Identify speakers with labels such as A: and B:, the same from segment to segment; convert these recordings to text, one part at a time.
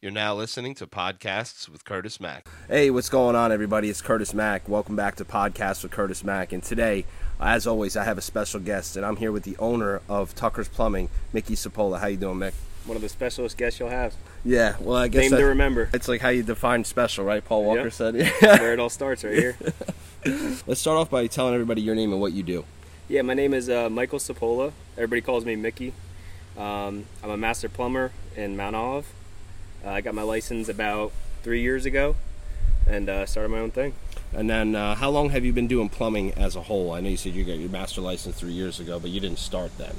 A: You're now listening to Podcasts with Curtis Mack.
B: Hey, what's going on, everybody? It's Curtis Mack. Welcome back to Podcast with Curtis Mack. And today, as always, I have a special guest, and I'm here with the owner of Tucker's Plumbing, Mickey Sapola. How you doing, Mick?
C: One of the specialist guests you'll have.
B: Yeah, well, I guess
C: Name to
B: that-
C: remember.
B: it's like how you define special, right? Paul Walker
C: Yep.
B: said.
C: Where it all starts, right here.
B: Let's start off by telling everybody your name and what you do.
C: Yeah, my name is uh, Michael Sapola. Everybody calls me Mickey. Um, I'm a master plumber in Mount Olive. Uh, I got my license about three years ago, and uh, started my own thing.
B: And then, uh, how long have you been doing plumbing as a whole? I know you said you got your master license three years ago, but you didn't start then.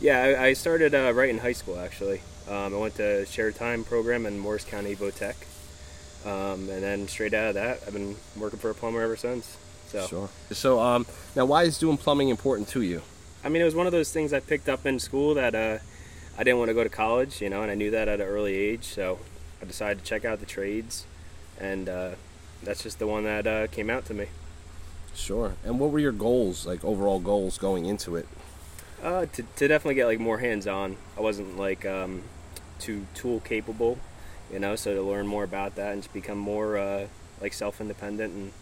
C: Yeah, I, I started uh, right in high school actually. Um, I went to shared time program in Morris County Votech, um, and then straight out of that, I've been working for a plumber ever since. So,
B: Sure. So, um, now why is doing plumbing important to you?
C: I mean, it was one of those things I picked up in school that uh, I didn't want to go to college, you know, and I knew that at an early age. So I decided to check out the trades, and uh, that's just the one that uh, came out to me.
B: Sure. And what were your goals, like overall goals going into it?
C: Uh, to, to definitely get like more hands-on. I wasn't like um, too tool capable, you know. So to learn more about that and just become more uh, like self-independent and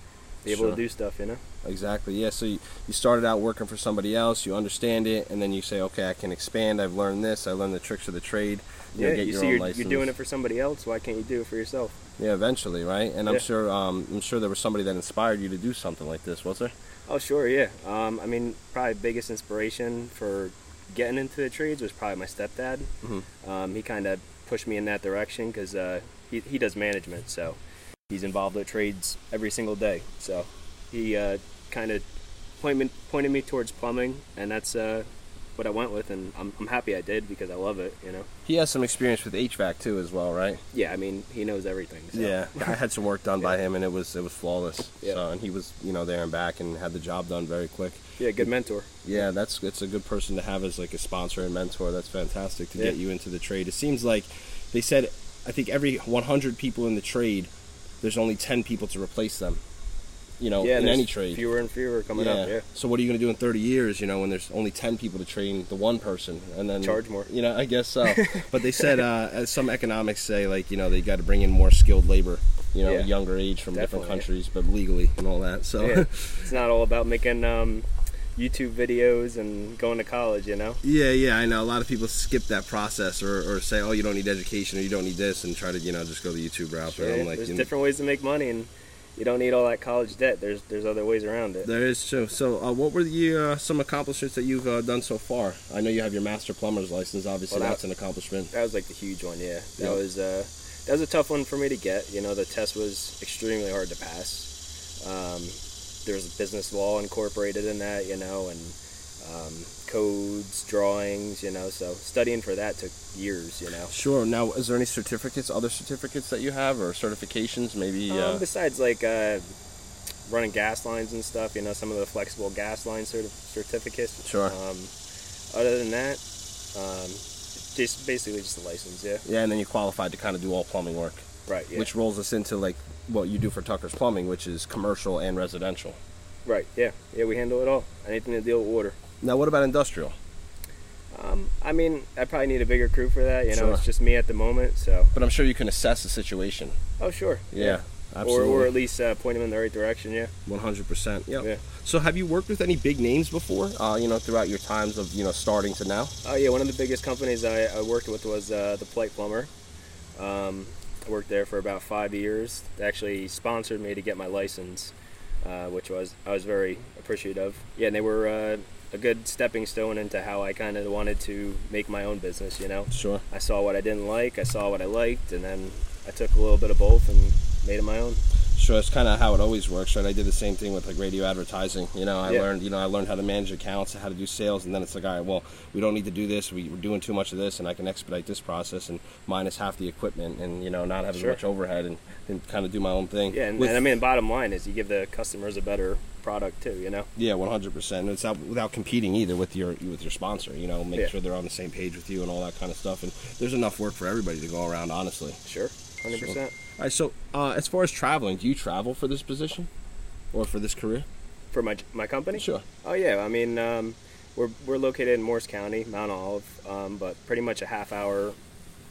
C: be able
B: Sure.
C: to do stuff, you know.
B: Exactly. Yeah. So you, you started out working for somebody else. You understand it, and then you say, "Okay, I can expand. I've learned this. I learned the tricks of the trade." You'll
C: yeah,
B: get
C: you
B: your
C: see,
B: own
C: you're,
B: license.
C: you're doing it for somebody else. Why can't you do it for yourself?
B: Yeah, eventually, right? And I'm
C: Yeah.
B: sure, um, I'm sure there was somebody that inspired you to do something like this, was there?
C: Oh, sure, yeah. Um, I mean, probably biggest inspiration for getting into the trades was probably my stepdad.
B: Mm-hmm.
C: Um, he kind of pushed me in that direction because uh, he, he does management, so he's involved with trades every single day. So he uh, kind of pointed, pointed me towards plumbing, and that's uh, what I went with, and I'm, I'm happy I did because I love it, you know?
B: He has some experience with HVAC too, as well, right?
C: Yeah, I mean, he knows everything. So.
B: Yeah, I had some work done by him, and it was it was flawless.
C: Yeah.
B: So, and he was, you know, there and back, and had the job done very quick.
C: Yeah, good mentor.
B: Yeah, that's that's a good person to have as like a sponsor and mentor. That's fantastic to get
C: Yeah.
B: you into the trade. It seems like they said, I think every 100 people in the trade, there's only 10 people to replace them. You know,
C: yeah,
B: in
C: there's
B: any trade.
C: Fewer and fewer coming
B: yeah.
C: up, yeah.
B: So what are you going to do in 30 years? You know, when there's only 10 people to train the one person, and then
C: Charge more.
B: You know, I guess so. but they said, uh, as some economics say, like you know, they got to bring in more skilled labor. You know,
C: Yeah.
B: younger age from different
C: Definitely.
B: countries, but legally and all that. So.
C: yeah. it's not all about making um, YouTube videos and going to college, you know.
B: Yeah, yeah, I know. A lot of people skip that process or, or say, oh, you don't need education or you don't need this and try to, you know, just go the YouTube route. But I'm like,
C: there's
B: you know,
C: different ways to make money, and you don't need all that college debt. There's there's other ways around it.
B: there is true. So, uh, what were the, uh, some accomplishments that you've uh, done so far? I know you have your master plumber's license. Obviously,
C: Well, that-
B: that's an accomplishment.
C: That was like the huge one, yeah. That
B: Yeah.
C: was uh, that was a tough one for me to get. You know, the test was extremely hard to pass. Um, there was business law incorporated in that, you know, and um, codes, drawings, you know. So studying for that took years, you know.
B: Sure. Now, is there any certificates, other certificates that you have or certifications? Maybe.
C: Um, besides like uh, running gas lines and stuff, you know, some of the flexible gas line certi- certificates.
B: Sure.
C: Um, other than that, um, just basically just a license, yeah.
B: yeah, and then you qualified to kind of do all plumbing work,
C: Right. Yeah.
B: which rolls us into like what you do for Tucker's Plumbing, which is commercial and residential.
C: right. Yeah. Yeah. We handle it all. Anything to deal with water.
B: Now, what about industrial?
C: Um, I mean, I probably need a bigger crew for that. You know,
B: Sure.
C: it's just me at the moment. So.
B: But I'm sure you can assess the situation.
C: Oh, sure.
B: Yeah,
C: Or,
B: absolutely.
C: or at least uh, point them in the right direction. Yeah.
B: One hundred percent. Yeah.
C: Yeah.
B: So, have you worked with any big names before? Uh, you know, throughout your times of you know starting to now.
C: Oh yeah, one of the biggest companies I, I worked with was uh, the Polite Plumber. Um, I worked there for about five years. They actually sponsored me to get my license, uh, which was I was very appreciative. Yeah, and they were uh, a good stepping stone into how I kind of wanted to make my own business. You know,
B: Sure.
C: I saw what I didn't like, I saw what I liked, and then I took a little bit of both and made it my own.
B: Sure. That's kind of how it always works, right? I did the same thing with like radio advertising. You know, I
C: Yeah.
B: learned you know I learned how to manage accounts, how to do sales, and then it's like, all right, well, we don't need to do this. We, we're doing too much of this, and I can expedite this process and minus half the equipment, and you know not have
C: Sure.
B: as much overhead, and, and kind of do my own thing.
C: Yeah, and,
B: With-
C: and I mean, bottom line is you give the customers a better product too. You know.
B: Yeah, one hundred percent. It's not without competing either with your with your sponsor. You know, make
C: Yeah.
B: sure they're on the same page with you and all that kind of stuff. And there's enough work for everybody to go around, honestly.
C: Sure. Hundred percent.
B: All right. So, uh, as far as traveling, do you travel for this position or for this career?
C: For my my company.
B: Sure.
C: Oh yeah, I mean, um, we're we're located in Morris County, Mount Olive, um, but pretty much a half hour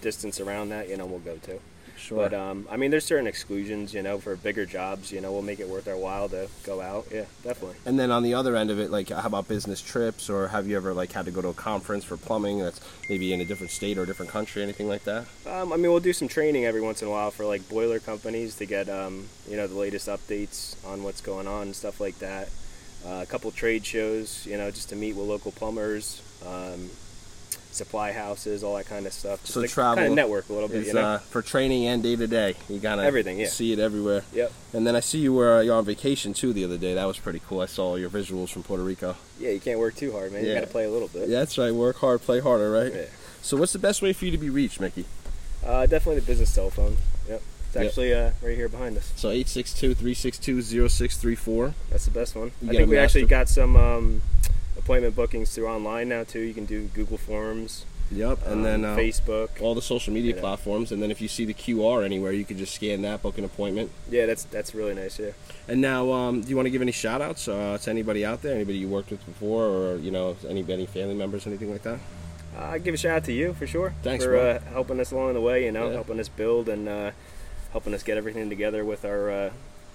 C: distance around that, you know, we'll go to.
B: Sure.
C: But um, I mean, there's certain exclusions, you know, for bigger jobs. You know, we'll make it worth our while to go out. Yeah, definitely.
B: And then on the other end of it, like how about business trips, or have you ever like had to go to a conference for plumbing that's maybe in a different state or a different country, anything like that?
C: Um, I mean, we'll do some training every once in a while for like boiler companies to get um, you know the latest updates on what's going on and stuff like that. Uh, a couple trade shows, you know, just to meet with local plumbers, um, supply houses, all that kind of stuff. Just
B: So
C: to
B: travel
C: kind of network a little bit,
B: It's
C: Oh, you know.
B: uh, for training and day to day. You gotta
C: Everything, yeah.
B: see it everywhere.
C: Yep.
B: And then I see you were uh, you're on vacation too the other day. That was pretty cool. I saw your visuals from Puerto Rico.
C: Yeah, you can't work too hard, man.
B: Yeah.
C: You got to play a little bit.
B: Yeah, that's right. Work hard, play harder, right?
C: Yeah.
B: So what's the best way for you to be reached, Mickey?
C: Uh, definitely the business cell phone. Yep. It's
B: Yep.
C: actually uh, right here behind us.
B: So 862-362-0634.
C: That's the best one.
B: You
C: I
B: got
C: think
B: a
C: we actually
B: master-
C: got some um, appointment bookings through online now too. You can do Google Forms,
B: Yep. And
C: um,
B: then uh,
C: Facebook.
B: all the social media
C: Yeah.
B: platforms. And then if you see the QR anywhere, you could just scan that, book an appointment.
C: Yeah, that's that's really nice. Yeah.
B: And now, um, do you want to give any shout outs uh, to anybody out there, anybody you worked with before, or you know, any any family members, anything like that?
C: Uh, I give a shout out to you for sure.
B: Thanks,
C: for
B: bro.
C: uh, helping us along the way. You know,
B: Yeah.
C: helping us build and uh, helping us get everything together with our uh,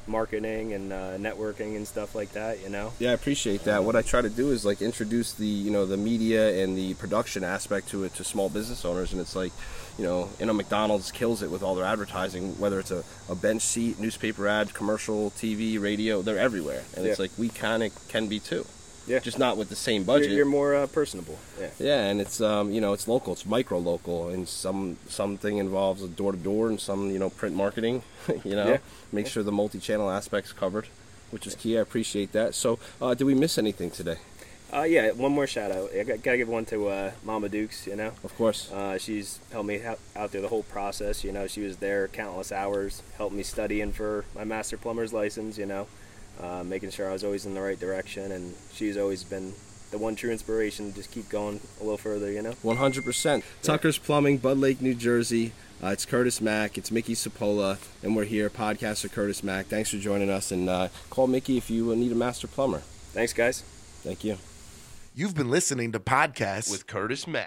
C: marketing and uh, networking and stuff like that. You know.
B: Yeah, I appreciate that. What I try to do is like introduce the you know the media and the production aspect to it to small business owners, and it's like, you know, you know McDonald's kills it with all their advertising, whether it's a, a bench seat, newspaper ad, commercial, TV, radio, they're everywhere, and it's
C: Yeah.
B: like we kind of can be too,
C: Yeah.
B: just not with the same
C: You're,
B: budget.
C: you're more uh, personable. Yeah.
B: Yeah, and it's um, you know it's local, it's micro local, and some something involves a door to door, and some you know print marketing. you know,
C: Yeah.
B: make sure the multi channel aspects covered, which is key. I appreciate that. So, uh, did we miss anything today?
C: Uh, yeah. One more shout out. I got, gotta give one to uh, Mama Dukes. You know.
B: Of course.
C: Uh, she's helped me out out through the whole process. You know, she was there countless hours, helped me studying for my master plumber's license. You know, uh, making sure I was always in the right direction, and she's always been the one true inspiration. to Just keep going a little further. You know.
B: 100%. Tucker's Plumbing, Bud Lake, New Jersey. Uh, it's Curtis Mack. It's Mickey Sapola, and we're here, podcaster Curtis Mack. Thanks for joining us, and uh, call Mickey if you uh, need a master plumber.
C: Thanks, guys.
B: Thank you.
D: You've been listening to podcasts
A: with Curtis Mack.